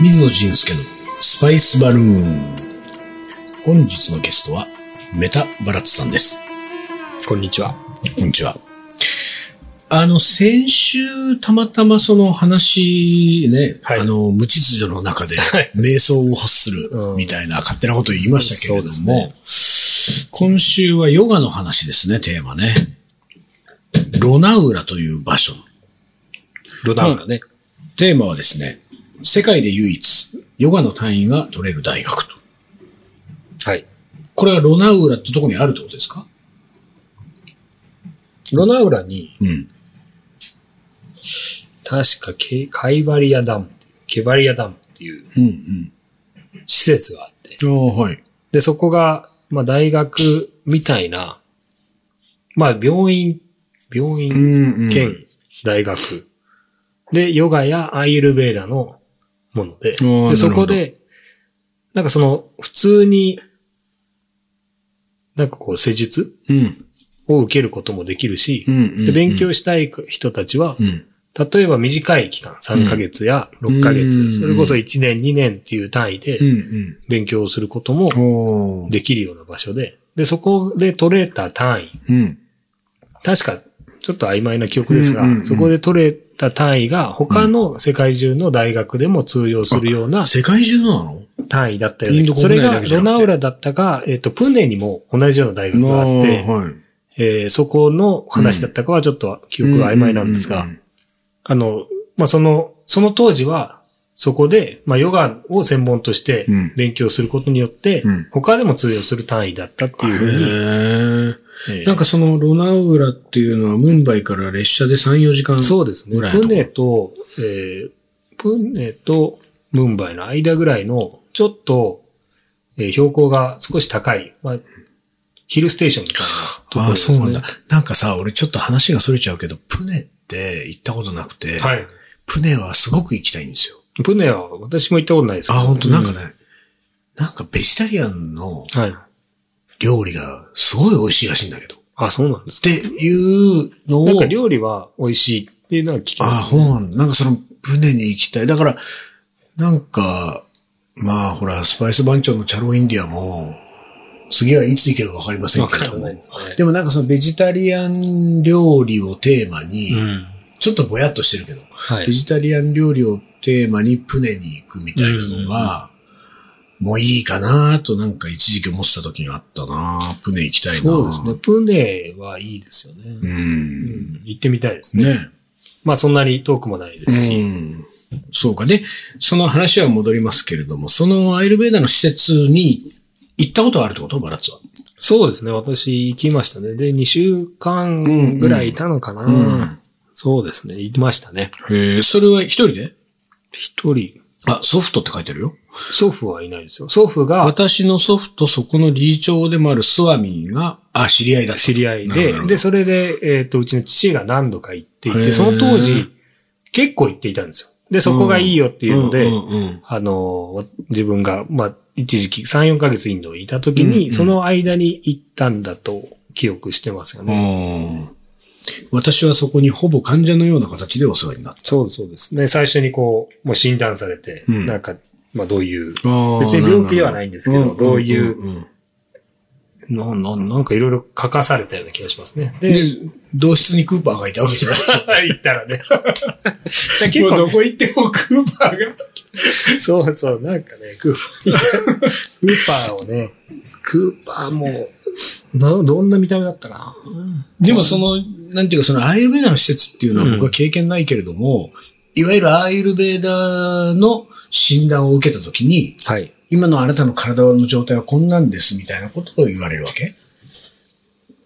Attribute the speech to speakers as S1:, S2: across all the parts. S1: 水野仁介のスパイスバルーン。本日のゲストは、メタバラッツさんです。
S2: こんにちは。
S1: こんにちは。あの、先週、たまたまその話ね、
S2: はい
S1: あの、無秩序の中で、瞑想を発す
S2: う
S1: る
S2: ん
S1: みたいな勝手なことを言いましたけれども、
S2: そうですね
S1: 今週はヨガの話ですね、テーマね。ロナウラという場所。
S2: ロダウラね。
S1: テーマはですね、世界で唯一、ヨガの単位が取れる大学と。
S2: はい。
S1: これはロナウラってとこにあるってことですか
S2: ロナウラに、
S1: うん。
S2: 確かケカイバリアダムっていう、ケバリアダムっていう
S1: うんうん。
S2: 施設があって、
S1: ああ、はい。
S2: で、そこが、まあ大学みたいな、まあ病院、病
S1: う
S2: 院
S1: ん、うん。
S2: 兼大学、で、ヨガやアイユルベーダのもので、
S1: ー
S2: でそこ
S1: な
S2: で、なんかその、普通に、なんかこう、施術
S1: うん。
S2: を受けることもできるし
S1: う、ん、うん。
S2: で、勉強したい人たちは、
S1: うん。
S2: 例えば短い期間、3ヶ月や6ヶ月、
S1: うん
S2: それこそ1年、2年っていう単位で
S1: うん、うん。
S2: 勉強することも
S1: おー
S2: できるような場所で、で、そこで取れた単位、
S1: うん。
S2: 確かちょっと曖昧な記憶ですが、
S1: うんうんうん
S2: そこで取れた単位が他の世界中の大学でも通用するような
S1: 世界中なの
S2: 単位だったよう
S1: インド
S2: で
S1: 国
S2: そ
S1: 内
S2: れ
S1: だ
S2: が
S1: けじゃなくて
S2: ロナウラだったが、えっ、と、プネにも同じような大学があって、
S1: はい。
S2: えーそこの話だったかはちょっと記憶が曖昧なんですが、
S1: うん
S2: あの、まあ、その、その当時は、そこで、まあ、ヨガを専門として
S1: うん
S2: 勉強することによって、
S1: うん
S2: 他でも通用する単位だったっていうふうに、
S1: へー
S2: えー
S1: なんかそのロナウラっていうのはムンバイから列車で3、4時間。
S2: そうですね
S1: ぐら。いのと
S2: プ
S1: こ
S2: ネと、えープネとムンバイの間ぐらいの、ちょっと、えー標高が少し高い、まあ、ヒルステーションみたいなところ
S1: ああ、
S2: です
S1: そ
S2: ね。
S1: うなんだ。なんかさ、俺ちょっと話がそれちゃうけど、プネって行ったことなくて、
S2: はい。
S1: プネはすごく行きたいんですよ。
S2: プネは私も行ったことないですけ
S1: あ、
S2: ど
S1: 本当なんかね、なんかベジタリアンの
S2: うんはい。
S1: 料理がすごい美味しいらしいんだけど。っ
S2: あ、そうなんです
S1: ていうのを。
S2: なんか料理は美味しいっていうのは聞き
S1: あ、
S2: ます。
S1: そうなんだ。なんかその、船に行きたい。だから、なんか、まあほら、スパイス番長のチャロインディアも、次はいつ行けるかわかりません
S2: わ
S1: け
S2: か
S1: れど
S2: ら
S1: も。
S2: ない
S1: で
S2: ですね。
S1: もなんかそのベジタリアン料理をテーマに、
S2: うん。
S1: ちょっとぼやっとしてるけど、
S2: は
S1: ベジタリアン料理をテーマに船に行くみたいなのが、もういいかなとなんか一時期思ってた時があったな船行きたいな
S2: そうですね。。プネはいいですよね。
S1: う。
S2: うんん行ってみたいですね。
S1: ね
S2: まあそんなに遠くもないですし。
S1: うんそうか。で、その話は戻りますけれども、そのアイルベーダの施設に行ったことはあるってことバラッツは。
S2: そうですね。私行きましたね。で、2週間ぐらいいたのかな。
S1: うん
S2: そうですね。行きましたね。
S1: へえ、それは一人で
S2: 一人、
S1: あ、ソフトって書いてあるよ。
S2: 祖父はいないですよ。祖父が
S1: 私のソフト、そこの理事長でもあるスワミーが、あ、知り合いだ。
S2: 知り合い
S1: なるほど
S2: で
S1: なるほ、ど
S2: で、それで、えっ、と、うちの父が何度か行ってい
S1: へー
S2: て、その当時、結構行っていたんですよ。で、そこがいいよっていうので、
S1: んうんうん
S2: あの、自分が、まあ、一時期、3、4ヶ月インドにいた時
S1: うん
S2: に、
S1: うん
S2: その間に行ったんだと記憶してますよ
S1: う
S2: ね。
S1: ん私はそこにほぼ患者のような形でお世話になった。
S2: そうそうですね。最初にこう、もう診断されて、
S1: うん
S2: なんか、まあ、どういう、
S1: 別
S2: 別に病気ではないんですけど、どういうう、
S1: んうん
S2: なななんかいろいろ書かされたような気がしますね。
S1: うん。
S2: で、
S1: で 同室にクーパーがいたわけじゃない。
S2: 行った らね。結
S1: もう
S2: 構、
S1: どこ行ってもクーパーが。
S2: そうそう、なんかね、クーパー、クーパーをね、クーパーも、などんな見た目だったか
S1: でもその、なんていうかそのアイルベーダの施設っていうのは
S2: うん
S1: 僕は経験ないけれども、いわゆるアイルベーダの診断を受けたときに、
S2: なはい。
S1: 今のあなたの体の状態はこんなんですみたいなことを言われるわけ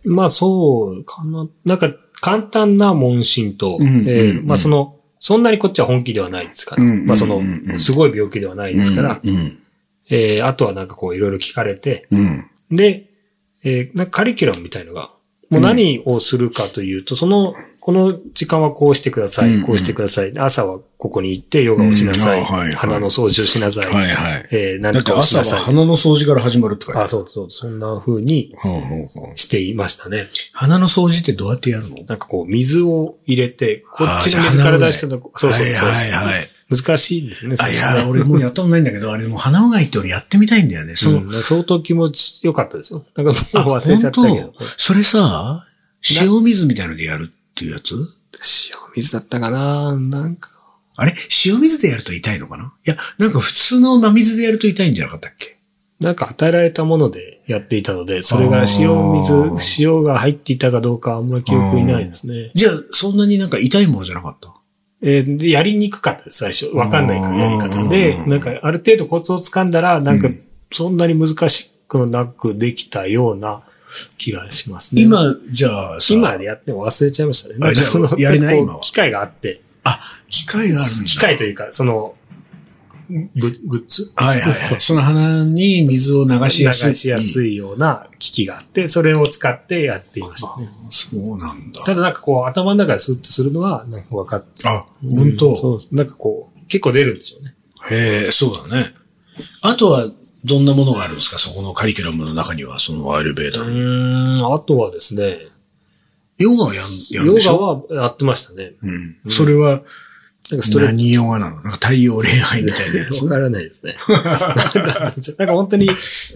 S2: まあそうかな。なんか簡単な問診と、
S1: うん
S2: えー
S1: うん
S2: まあその、そんなにこっちは本気ではないですから、
S1: うん
S2: まあその
S1: うんうんう、ん
S2: すごい病気ではないですから、
S1: うん。
S2: えーあとはなんかこういろいろ聞かれて、
S1: うん。
S2: で、えーなんかカリキュラムみたいのが、もう何をするかというと、そのこの時間はこうしてくださ
S1: うんう
S2: い、
S1: ん
S2: こうしてください。朝はここに行ってヨガをしなさ
S1: う
S2: い。
S1: んあはいはい
S2: 鼻の掃除をしなさい。
S1: はいはい。
S2: えー、
S1: だ
S2: 何
S1: って
S2: かをし
S1: 朝
S2: なさ。
S1: はい鼻の掃除から始まるって書いてあ
S2: あ、
S1: る。
S2: そうそう。そんな風に
S1: ほうほうほう
S2: していましたね。
S1: 鼻の掃除ってどうやってやるの
S2: なんかこう、水を入れて、こっちの
S1: あー
S2: 水から出したとこ、そうそうそうそう。
S1: はいはいはい。
S2: 難しいんですね、
S1: あ、
S2: 最
S1: い
S2: 初
S1: や、
S2: ね
S1: 俺もうやったことないんだけど、あれもう鼻うがいって俺やってみたいんだよね。その、
S2: うん、相当気持ち良かったですよ。なんか
S1: あ、
S2: もう忘れちゃったけ
S1: 本
S2: ど。
S1: 当それさ、塩水みたいのでやるっていうやつ
S2: 塩水だったかななんか。
S1: あれ塩水でやると痛いのかないや、なんか普通の真水でやると痛いんじゃなかったっけ
S2: なんか与えられたものでやっていたので、それが塩
S1: あー
S2: 水、塩が入っていたかどうかあんまり記憶にないですね。
S1: じゃあ、そんなになんか痛いものじゃなかった
S2: えーでやりにくかったです、最初。わかんないからやり
S1: う
S2: 方
S1: ん
S2: で、なんかある程度コツをつかんだら、なんか
S1: うん
S2: そんなに難しくなくできたような気がしますね。、
S1: 今、じゃあさ、
S2: 今でやっても忘れちゃいましたね。
S1: あ
S2: なんかその
S1: じゃあやれない
S2: こう
S1: 今は
S2: 機会があって。
S1: 機械があるんだ。
S2: 機械というか、その、グッグッズ
S1: はいはいはい。その鼻に水を流しやすい。
S2: 流しやすいような機器があって、それを使ってやっていましたね。
S1: あそうなんだ。
S2: ただなんかこう、頭の中でスッとするのは、なんか分かって。
S1: あ、本当、
S2: うんそうですなんかこう、結構出るんでしょうね。
S1: へえ、そうだね。あとは、どんなものがあるんですかそこのカリキュラムの中には、そのアイルベーダー。
S2: うん、あとはですね、
S1: ヨガはやん、やる
S2: ヨ
S1: でし
S2: ガ
S1: ょ
S2: はやってましたね。
S1: うん。
S2: うん
S1: それは、
S2: なんかストレッチ。
S1: 何ヨガなのなんか太陽恋愛みたいなやつ。
S2: わからないですね。なんかなんか本当に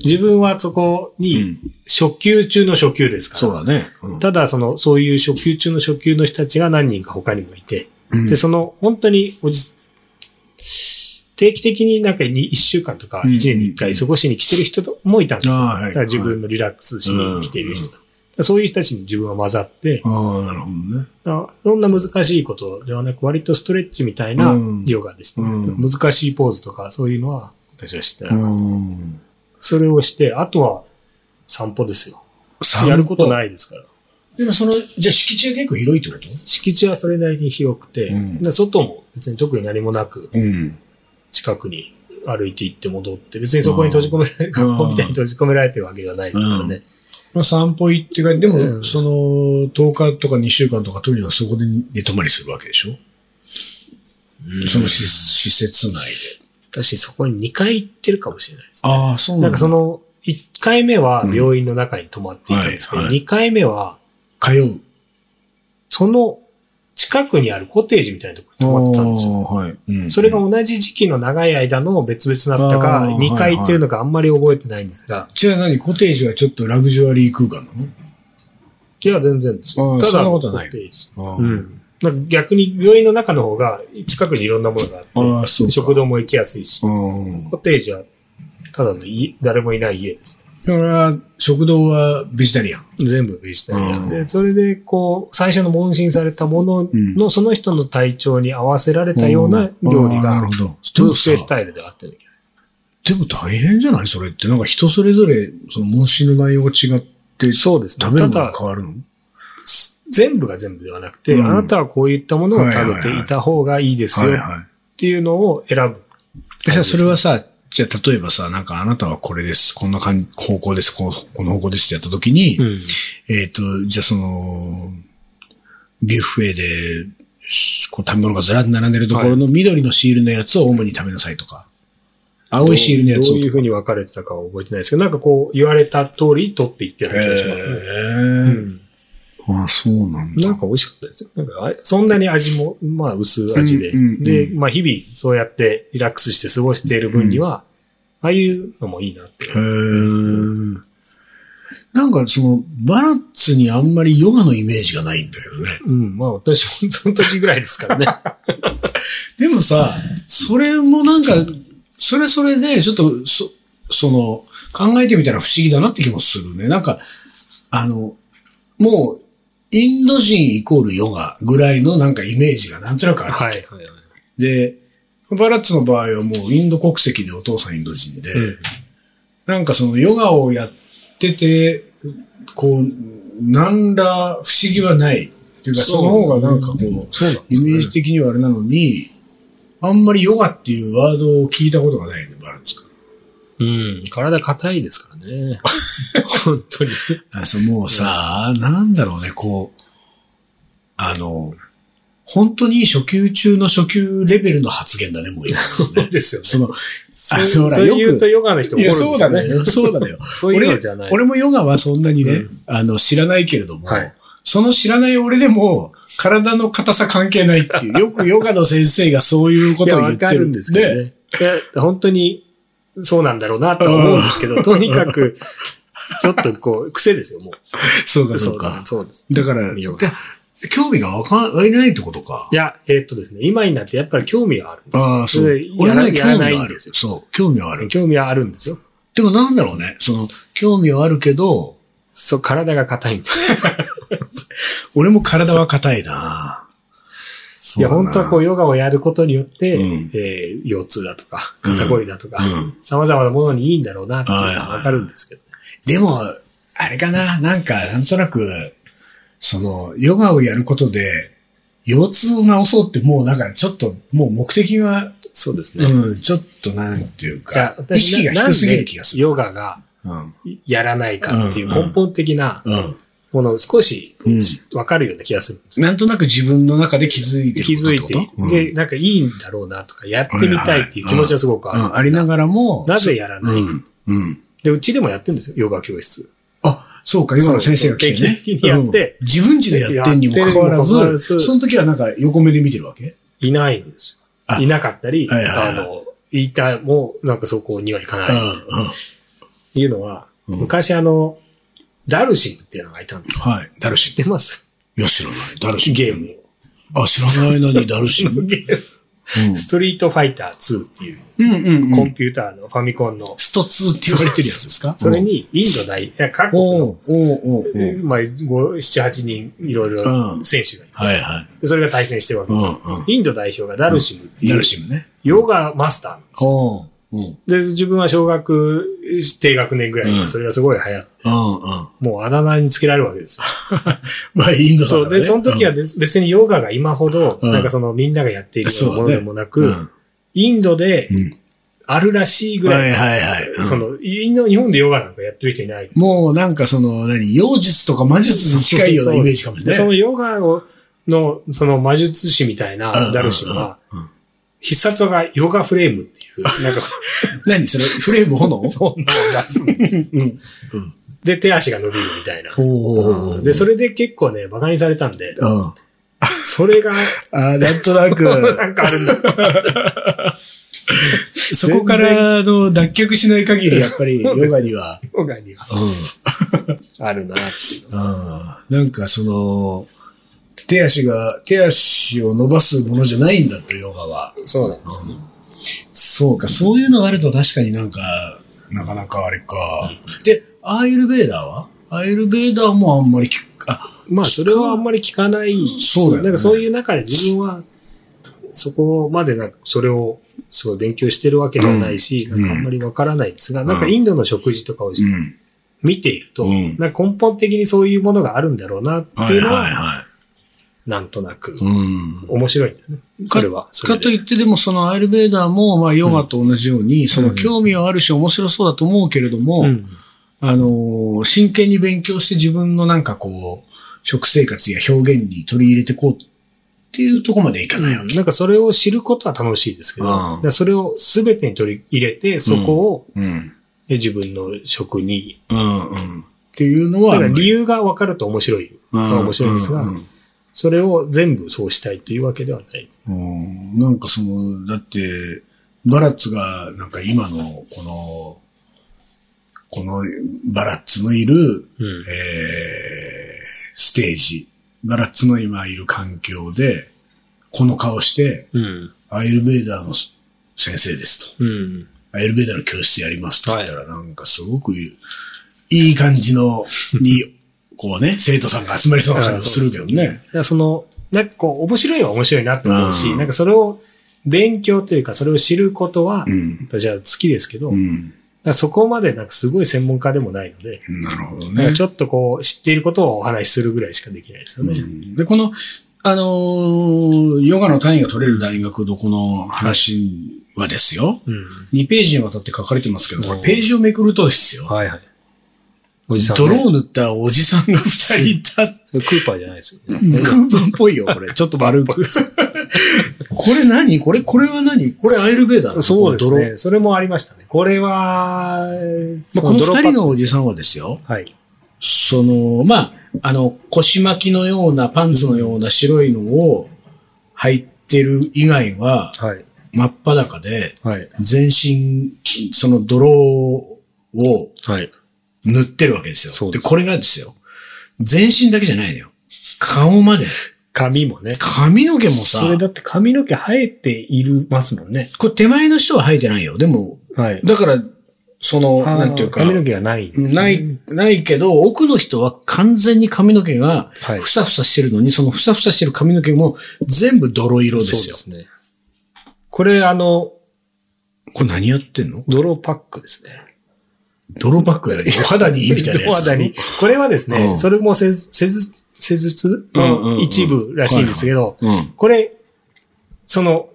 S2: 自分はそこ
S1: う
S2: に
S1: ん。
S2: 初級中の初級ですから。
S1: そうだね。うん
S2: ただ、その、そういう初級中の初級の人たちが何人か他にもいて、
S1: うん
S2: で、その、本当におじ、定期的になんか1週間とか
S1: うん
S2: 1年に1回過ごしに来てる人もいたんですよ。
S1: ああはい
S2: だから自分のリラックスしに来てる人。だからそういう人たちに自分は混ざって、
S1: ああ、なるほどね。
S2: だからそんな難しいことではなく、割とストレッチみたいな
S1: うん
S2: ヨガでした、
S1: うん
S2: 難しいポーズとか、そういうのは私はしてた、
S1: うん。
S2: それをして、あとは散歩ですよ。やること
S1: い。
S2: ないですから。
S1: でもその、じゃあ敷地は結構広いってこと
S2: 敷地はそれなりに広くて、
S1: うん
S2: で外も別に特に何もなく
S1: うん。
S2: 近くに歩いて行って戻って、別にそこに閉じ込められ、学校みたいに閉じ込められてるわけではないですからね。
S1: まあ散歩行ってから、でも、
S2: うん
S1: その、10日とか2週間とかとにかくそこで寝泊まりするわけでしょ、その施施設内で。
S2: 私そこに2回行ってるかもしれないです、ね。
S1: ああ、そう
S2: な
S1: なん
S2: ん
S1: だ。
S2: かその、1回目は病院の中に泊まっていたんですけど、
S1: うんはいはい
S2: 2回目は、
S1: 通う。
S2: その近くにあるコテージみたいなところに泊まってたんですよ。
S1: あーはいうん
S2: それが同じ時期の長い間の別々だったか、
S1: あー
S2: 2回行ってるのかあんまり覚えてないんですが、
S1: じゃあ何コテージはちょっとラグジュアリー空間
S2: いや、全然です。
S1: あー
S2: ただ、
S1: そんなことない
S2: コテージ
S1: なの
S2: うん。なんか逆に病院の中の方が近くにいろんなものが
S1: あ
S2: あっ
S1: ーそう
S2: て、
S1: か
S2: 食堂も行きやすいし、
S1: うん。
S2: コテージはただの家誰もいない家です。
S1: それは、食堂はベジタリアン。
S2: 全部ベジタリアン
S1: う
S2: で、それでこう、最初の問診されたものの、その人の体調に合わせられたような料理
S1: あーな
S2: が
S1: る、ほど。で
S2: 特
S1: も
S2: 製ス
S1: さ、
S2: タイルであってる。
S1: でも大変じゃないそれって。なんか人それぞれ、その問診の内容が違って、
S2: そうですね
S1: 食べるもの
S2: た
S1: が
S2: だ
S1: 変わるの
S2: 全部が全部ではなくて、
S1: う
S2: あ
S1: ん
S2: なたはこういったものを食べていた方がいいですよっ
S1: い。
S2: ていうのを選ぶ。
S1: じゃあそれはさ、じゃあ例えばさ、なんかあなたはこれです、こんな感じ、方向です、こうこの方向ですってやった時に、
S2: うん、
S1: えっ、と、じゃあその、ビュッフェで、しこう食べ物がずらっと並んでるところの緑のシールのやつを主に食べなさいとか、青いシールのやつ
S2: ど
S1: を
S2: ういうふうに分かれてたかは覚えてないですけど、なんかこう、言われた通り取っていってる気がしますね。う
S1: へえ、
S2: ん
S1: あ、そうなんだ。
S2: なんか美味しかったですよ。なんかあれそんなに味も、まあ薄味で。
S1: うんうんうん
S2: で、まあ日々そうやってリラックスして過ごしている分には、ああいうのもいいなって。
S1: へえ。なんかその、バラッツにあんまりヨガのイメージがないんだけどね。
S2: うん、まあ私もその時ぐらいですからね。
S1: でもさ、それもなんか、それそれで、ちょっと、そ、その、考えてみたら不思議だなって気もするね。なんか、あの、もう、インド人イコールヨガぐらいのなんかイメージがなんとなくある。
S2: はいはいはい。
S1: で、バラッツの場合はもうインド国籍でお父さんインド人で、なんかそのヨガをやってて、こう、なんら不思議はない。っていうか、その方がなんかこう、
S2: そうなんです
S1: イ
S2: ね
S1: メージ的にはあれなのに、あんまりヨガっていうワードを聞いたことがないね、バランスか
S2: うん、体硬いですか らね。本当に。
S1: ら。あそうもうさ、なんだろうね、こう、あの、本当に初級中の初級レベルの発言だね、もう 今のね
S2: ですよ
S1: その、
S2: そ
S1: あ
S2: う
S1: そうだ
S2: そう言
S1: よ
S2: う
S1: く
S2: とヨガの人
S1: い
S2: 怒るん
S1: や、
S2: ですよ
S1: そうな
S2: ね。
S1: のよ。そう なのよ。
S2: そういうのじゃない。
S1: 俺もヨガはそんなにね、
S2: う
S1: あの、知らないけれども、
S2: はい
S1: その知らない俺でも、体の硬さ関係ないって いう、よくヨガの先生がそういうことを言っ
S2: いや、わか
S1: て
S2: る
S1: る
S2: んですけどね。いや、本当に、そうなんだろうなとは思うんで すけど、とにかく、ちょっとこう、癖ですよ、もう。
S1: そうか、 そう
S2: だ
S1: か。
S2: そうです。
S1: だから、
S2: ヨガ
S1: で興味がわかんないってことか
S2: い。や、えーっとですね、今になってやっぱり興味はあるんですよ。
S1: ああ、そ
S2: れ
S1: う
S2: で。
S1: 俺
S2: や
S1: も
S2: ら
S1: ね、興
S2: やら
S1: 味
S2: ない
S1: はあ
S2: んで
S1: る。
S2: すよ。
S1: そう、興味はある。
S2: 興味はあるんですよ。
S1: でもなんだろうね、その、興味はあるけど、
S2: そう、体が硬いんですよ。
S1: 俺も体は硬いなそ
S2: いや、本当はこう、ヨガをやることによって、
S1: うん
S2: えー腰痛だとか、肩こりだとか、
S1: うん
S2: 様々なものにいいんだろうなっていうのはわかるんですけどね。
S1: でも、あれかな、なんか、なんとなく、その、ヨガをやることで、腰痛を治そうって、もうなんか、ちょっと、もう目的が、
S2: そうですね。い
S1: うん、ちょっとなんていう
S2: や
S1: か、意
S2: 私
S1: 識が
S2: な
S1: 低すぎる気がする。
S2: なんでヨガが
S1: うん。
S2: やらないかっていう
S1: うんうん
S2: 根本的な
S1: うん。
S2: ものを少し
S1: うん
S2: わかるような気がするんです。
S1: なんとなく自分の中で気づいてる
S2: 気づい
S1: ことって
S2: て
S1: こと、
S2: で、なんかいいんだろうなとか、やってみたいっていう気持ちはすごく
S1: うん、うんあ
S2: ある
S1: り
S2: んです
S1: な
S2: が。
S1: がらも、
S2: なぜやらない
S1: うん。うん。
S2: で、うちでもやってるんですよ、ヨガ教室。
S1: あ、そうか、今の先生が来てね。
S2: そう定期的にやって
S1: うん自分家でやってんにもかかわら
S2: やってんにも関わら
S1: ず、
S2: ず
S1: その時はなんか横目で見てるわけ
S2: いないんです
S1: あ
S2: よ。いなかったり、
S1: はいはい
S2: あ
S1: はい
S2: の、いたも、なんかそこには行かないっ
S1: うんうん
S2: ていうのは、
S1: うん
S2: 昔あの、ダルシムっていうのがいたんですよ。
S1: はい。ダルシ
S2: 知ってます
S1: いや、知らない。ダルシ
S2: ゲームを。
S1: あ、知らないのにダルシ
S2: そのゲームストリートファイター2ってい
S1: う
S2: う、
S1: んうん
S2: コンピューターのファミコンの、
S1: スト2って言われてるやつ ですか
S2: それ、にインド代、いや各国
S1: お
S2: の、
S1: うおうおうおう
S2: まあ、5 7、8人いろいろ選手がいて、
S1: はいはい。
S2: でそれが対戦してるわけ
S1: うん
S2: で
S1: う
S2: すよ。
S1: ん。
S2: インド代表がダルシムってい
S1: ダ
S2: う
S1: ル、シムね。
S2: ヨガマスターなんですよ
S1: おううん。うんうん。
S2: で、自分は小学、低学年ぐらいで、それがすごい流行って、もうあだ名につけられるわ けですよ。
S1: まあ、インド
S2: そう。で、その時は
S1: ね
S2: で別にヨガが今ほど、
S1: うん
S2: なんかそのみんながやっているようなものでもな
S1: うんう
S2: く、
S1: ん
S2: インドで
S1: うん
S2: あるらしいぐ
S1: は
S2: ら
S1: い
S2: い、
S1: はいはい。うん
S2: その、インド日本でヨガなんかやってる人いない。
S1: もうなんかその、何、妖術とか魔術に近いようなイメージかもね
S2: で、。そのヨガを、の、その魔術師みたいなダルシムは
S1: うんうんうんうん、
S2: 必殺技がヨガフレームって いう、なんか、
S1: 何それフレーム炎
S2: そんなのを出すんですよ。うん
S1: うん
S2: で、手足が伸びるみたいな。
S1: おう
S2: で、それで結構ね、馬鹿にされたんで、
S1: うん。あ
S2: それが、
S1: ーなんと なく、
S2: なんかあるんだ。
S1: そこからあの脱却しない限り、やっぱりヨガには。
S2: ヨガには
S1: うん
S2: あるなっていうのは
S1: ああ、なんかその、手足が、手足を伸ばすものじゃないんだと、ヨガは。
S2: そうなんですね。
S1: そうか、そういうのがあると確かになんか、なかなかあれか。で、アーユルベーダーはアーユルベーダーもあんまり聞く、あ、
S2: まあ、それはあんまり聞かないし
S1: そうだよね
S2: なんかそういう中で自分は、そこまでなんか、それを、すごい勉強してるわけではないし、
S1: うん
S2: なんかあんまりわからないですが、
S1: ん
S2: なんかインドの食事とか
S1: ん。
S2: を見ていると、
S1: うん
S2: なんか根本的にそういうものがあるんだろうなっていうのは、
S1: は
S2: なんとなく
S1: い。、うん。
S2: 面白いんだよね。それは。そ
S1: か
S2: れ
S1: と
S2: で
S1: いってでもそのアーユルベーダーも、まあヨガと同じように、その興味はあるし面白そうだと思うけれども、
S2: うん
S1: あのー真剣に勉強して自分のなんかこう、食生活や表現に取り入れてこうっていうところまでいかないわけ。
S2: なんかそれを知ることは楽しいですけど、
S1: うん
S2: だからそれを全てに取り入れて、そこを
S1: うん。
S2: 自分の食に、
S1: うんうん。っていうのは、
S2: だから理由が分かると面白い。
S1: あんまり
S2: が面白いんですが
S1: うんうん
S2: それを全部そうしたいというわけではないです。
S1: うんなんかその、だって、バラッツが、なんか今の、この、このバラッツのいる、
S2: うん
S1: えー、ステージ、バラッツの今いる環境で、この顔して、
S2: うん。
S1: アイルベーダーの先生ですと。
S2: うん。
S1: アイルベーダーの教室やりますって言ったら、なんかすごくいい感じの、に、こうね、 生徒さんが集まりそうな感じもするけどね。
S2: だからその、なんかこう、面白いは面白いなと思うし、
S1: うん
S2: なんかそれを勉強というか、それを知ることは、
S1: うん。
S2: 私は好きですけど、
S1: う
S2: だか
S1: ん。
S2: らそこまでなんかすごい専門家でもないので、
S1: なるほど
S2: なん
S1: ね
S2: か。ちょっとこう、知っていることをお話しするぐらいしかできないですよね。
S1: うんで、この、あのーヨガの単位が取れる大学のこの話はですよ。
S2: うん。
S1: 2ページにわたって書かれてますけど、こ
S2: お
S1: れ
S2: ー
S1: ページをめくるとですよ。
S2: はいはい。おじさん、
S1: ド
S2: ね。
S1: ロー塗ったおじさんが二人いた。ク
S2: それクーパーじゃないですよね。
S1: ーパンっぽいよ、 これ。ちょっと丸く。これ何これ、これは何これアイルベーダーなの
S2: そうです。
S1: このドロー
S2: ね。それもありましたね。これは、
S1: まあ、この二人のおじ
S2: ん。
S1: さんはですよ。
S2: はい。
S1: その、まあ、あの、腰巻きのようなパンツのような白いのを履いてる以外は、
S2: はい。
S1: 真っ裸で、
S2: はい。
S1: 全身、その泥を
S2: はい。
S1: 塗ってるわけですよ。
S2: そう
S1: で
S2: です
S1: これがですよ。全身だけじゃないのよ。顔まで。
S2: 髪もね。
S1: 髪の毛もさ
S2: そ、れだって髪の毛生えているますもんね。
S1: これ手前の人ははいじゃないよ。でも、
S2: はい。
S1: だから、その、
S2: あー
S1: なんていうか、
S2: 髪の毛がないんですね、
S1: ない、ないけど、奥の人は完全に髪の毛が
S2: はい
S1: ふさふさしてるのに、そのふさふさしてる髪の毛も全部泥色ですよ。
S2: そうですね。これ、あの、
S1: これ何やってんの
S2: 泥パックですね。
S1: 泥バッグやお肌にいいみたいなやつ。
S2: お肌に。これはですね、
S1: うん
S2: それも施術、施術
S1: うんうんう
S2: の
S1: ん
S2: 一部らしいんですけど、
S1: うん。
S2: これ、その、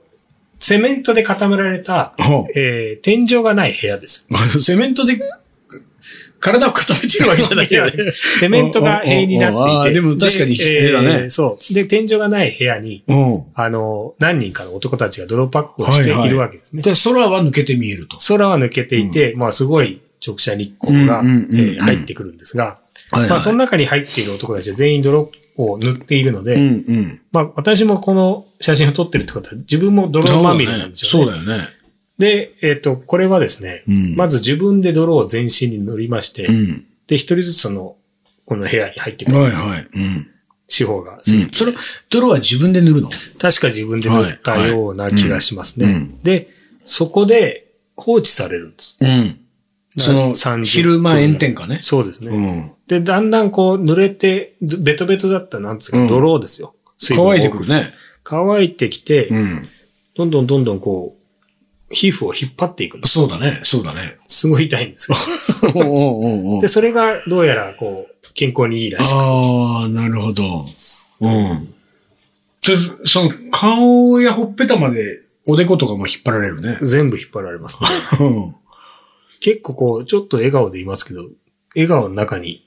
S2: セメントで固められた、
S1: は
S2: えー天井がない部屋です。
S1: あセメントで体を固めてるわけじゃないよね。
S2: セメントが塀になっ
S1: うん
S2: ていて。
S1: うんうんうんあーでも確かに塀だね
S2: そう。で、天井がない部屋に、
S1: うん。
S2: あの、何人かの男たちが泥パックをしているわけですね。
S1: で、空は抜けて見えると。
S2: 空は抜けていて、まあすごい直射日光が、
S1: うんうんうんうん
S2: えー入ってくるんですが、
S1: は
S2: まあその
S1: な、
S2: 中に入っている男たちは全員泥を塗っているので、
S1: うんうん。
S2: まあ私もこの写真を撮ってるってことは自分も泥まみれなんでしょうね。
S1: そうだよね。
S2: で、えっ、と、これはですね、
S1: うん
S2: まず自分で泥を全身に塗りまして、
S1: うん。
S2: で、一人ずつその、この部屋に入ってくるん
S1: はい
S2: ですよ。
S1: はい。うん
S2: 司法
S1: う
S2: が。
S1: ん。それ、泥は自分で塗るの
S2: 確か自分で塗ったような気がしますね。
S1: はいはいうん
S2: で、そこで放置されるんです。
S1: うん。その、
S2: 30分
S1: 昼間炎天下ね。
S2: そうですね。
S1: うん。
S2: で、だんだんこう濡れて、ずベトベトだったなんつうか、
S1: うん
S2: 泥ですよ。水分を
S1: 乾いてくるね。
S2: 乾いてきて、
S1: ん。
S2: どんどんどんどんこう、皮膚を引っ張っていくんです。
S1: そうだね、そうだね。
S2: すごい痛いんですよ。で、
S1: で
S2: それがどうやらこう、健康にいいらしい。
S1: ああ、なるほど。うん。ちょその、顔やほっぺたまで、おでことかも引っ張られるね。
S2: 全部引っ張ら れます、ね。
S1: うん。
S2: 結構こう、ちょっと笑顔でいますけど、笑顔の中に、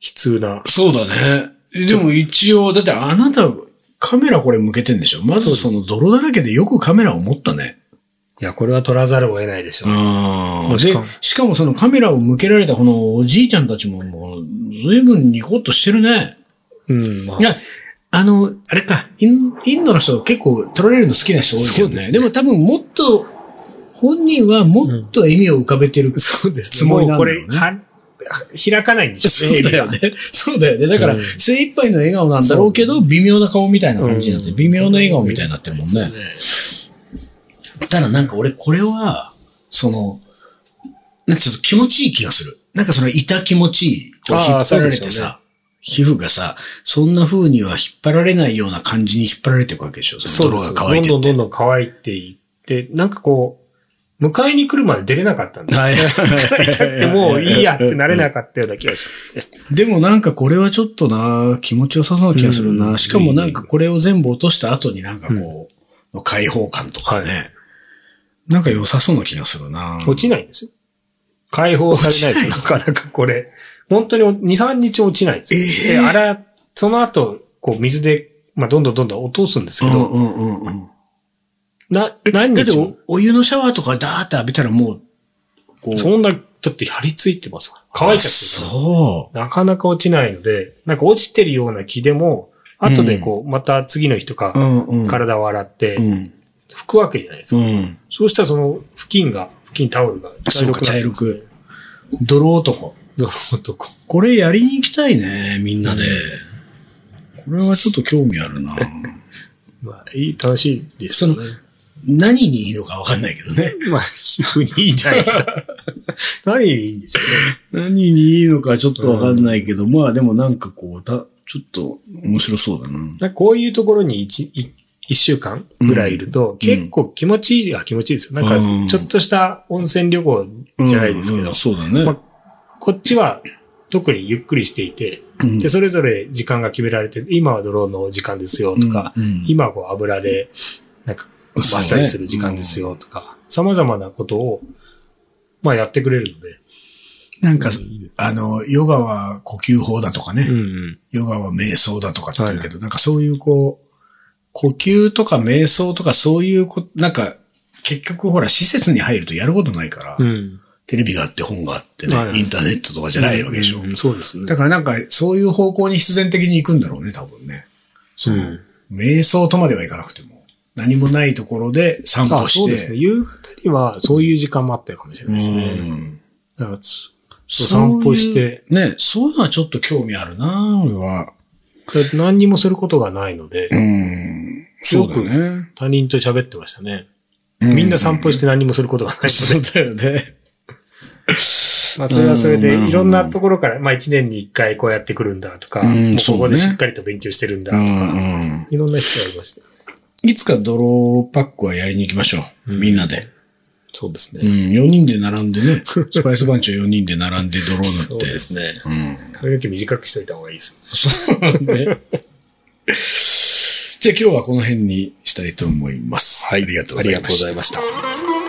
S2: 悲痛な、
S1: そうだね。でも一応、だってあなた、カメラこれ向けてんでしょまずその泥だらけでよくカメラを持ったね。
S2: いや、これは撮らざるを得ないでしょう。
S1: あ
S2: もうし
S1: で
S2: かも、
S1: しかもそのカメラを向けられたこのおじいちゃんたちももう、随分ニコッとしてるね。
S2: うん、まあ
S1: い、や、あの、あれか、インインドの人結構撮られるの好きな人多いけど
S2: そう
S1: ね。で
S2: で
S1: す
S2: ね
S1: も多分もっと、本人はもっと笑みを浮かべてる
S2: そうです
S1: つもりなんだろうね
S2: もうこれ、は開かないんでし ょ
S1: そうだよ ね。そうだよね。だから、
S2: うん
S1: 精一杯の笑顔なんだろうけど、微妙な顔みたいな感じになって、
S2: うん
S1: 微妙な笑顔みたいになってるもん
S2: そう
S1: ね。ただなんか俺、これは、その、なんかちょっと気持ちいい気がする。なんかその、痛気持ちいい。こう
S2: あー
S1: 引っ張られ
S2: そう
S1: て
S2: でしょうね
S1: さ、皮膚がさ、そんな風には引っ張られないような感じに引っ張られていくわけでしょ。
S2: そ
S1: そうの
S2: で
S1: 泥
S2: す。
S1: が乾いて
S2: どん
S1: っ
S2: どんど
S1: て。
S2: んどん乾いていって、なんかこう、迎えに来るまで出れなかった んです。
S1: はい。
S2: だってもういいやってなれなかったような気がしますね。
S1: でもなんかこれはちょっとな、気持ちよさそうな気がする
S2: う
S1: な。
S2: ん
S1: しかもなんかこれを全部落とした後になんかこう、の解放感とかね、
S2: は
S1: なんか良さそうな気がするな。
S2: 落ちないんですよ。解放されないで すよ。なかなかこれ。本当に2、3日落ちないんですよ。
S1: ええ
S2: で、あら、その後、こう水で、まあ、どんどんどんどん落とすんです
S1: う
S2: け
S1: ん
S2: ど、
S1: うんうんうん。
S2: な、
S1: え
S2: 何
S1: だって
S2: 日も
S1: おお湯のシャワーとかダーって浴びたらもう、こう。
S2: そんな、だって張り付いてますから乾いちゃってるから
S1: そ
S2: なかなか落ちないので、なんか落ちてるような気でも、後でこう、また次の日と
S1: う。う
S2: か、
S1: んうん。
S2: 体を洗って
S1: う、ん。
S2: 拭くわけじゃないです
S1: う
S2: か。
S1: ん。
S2: そうしたらその、布巾が、布巾タオルが茶
S1: そう
S2: 色
S1: か、
S2: くな
S1: 茶
S2: る。
S1: 色く。泥男。
S2: どうとこ
S1: これやりに行きたいね、みんなで。これはちょっと興味あるな。
S2: まあ、いい、楽しいですよね。
S1: 何にいいのかわかんないけどね。
S2: まあ、皮膚にいいんじゃないで すか。何にいいんでしょ
S1: 何にいいのかちょっとわかんないけど、まあでもなんかこう、たちょっと面白そうだな。
S2: うね。なんかこういうところに一、一一週間ぐらいいると、結構気持ちいいは気持ちいいですよ。なんか
S1: うん、
S2: ちょっとした温泉旅行じゃないですけ
S1: うんう
S2: ど
S1: ん、そうだね。
S2: まこっちは特にゆっくりしていて、
S1: うん
S2: で、それぞれ時間が決められて、今はドローンの時間ですよとか、
S1: うんうん
S2: 今はこう油で、なんか、マッサージする時間ですよとか、様々なことを、まあやってくれるので、
S1: なんか、あの、ヨガは呼吸法だとかね、
S2: うんうん。
S1: ヨガは瞑想だとかって言うけど、なんかそういうこう、呼吸とか瞑想とかそういうこ、なんか、結局ほら、施設に入るとやることないから、
S2: うん。
S1: テレビがあって本があってね、
S2: はいはい
S1: インターネットとかじゃないわけでしょ。
S2: うんうんそうですね。
S1: だからなんか、そういう方向に必然的に行くんだろうね、多分ね。そうの、
S2: ん
S1: 瞑想とまではいかなくても、何もないところで散
S2: あ
S1: 歩
S2: そう
S1: し
S2: ですね。
S1: て、
S2: 夕方にはそういう時間もあったかもしれないですね。
S1: うん
S2: だからつ散歩して。
S1: そういうね、そういうのはちょっと興味あるな、俺は。
S2: だって何にもすることがないので、
S1: ん。そうだね。
S2: 他人と喋ってましたね。
S1: う
S2: みんな散歩して何もすることがないので。
S1: だよ ね。
S2: まあそれはそれ
S1: うん
S2: で、いろんなところから、まあ一年に一回こうやってくるんだとか、
S1: う
S2: も
S1: ん
S2: う
S1: そ
S2: こ
S1: うね
S2: こでしっかりと勉強してるんだ
S1: う
S2: と
S1: ん
S2: か、
S1: うん
S2: いろんな人がいました。
S1: いつか泥パックはやりに行きましょう。
S2: うん
S1: みんなで。
S2: そうです
S1: うん、。4人で並んで ね。スパイス番長4人で並んで泥を塗
S2: そう
S1: って
S2: で。すね。
S1: うん。
S2: 髪の毛短くしといた方がいいです。
S1: そうね。じゃあ今日はこの辺にしたいと思います。
S2: はい
S1: ありがとうございました。
S2: いました。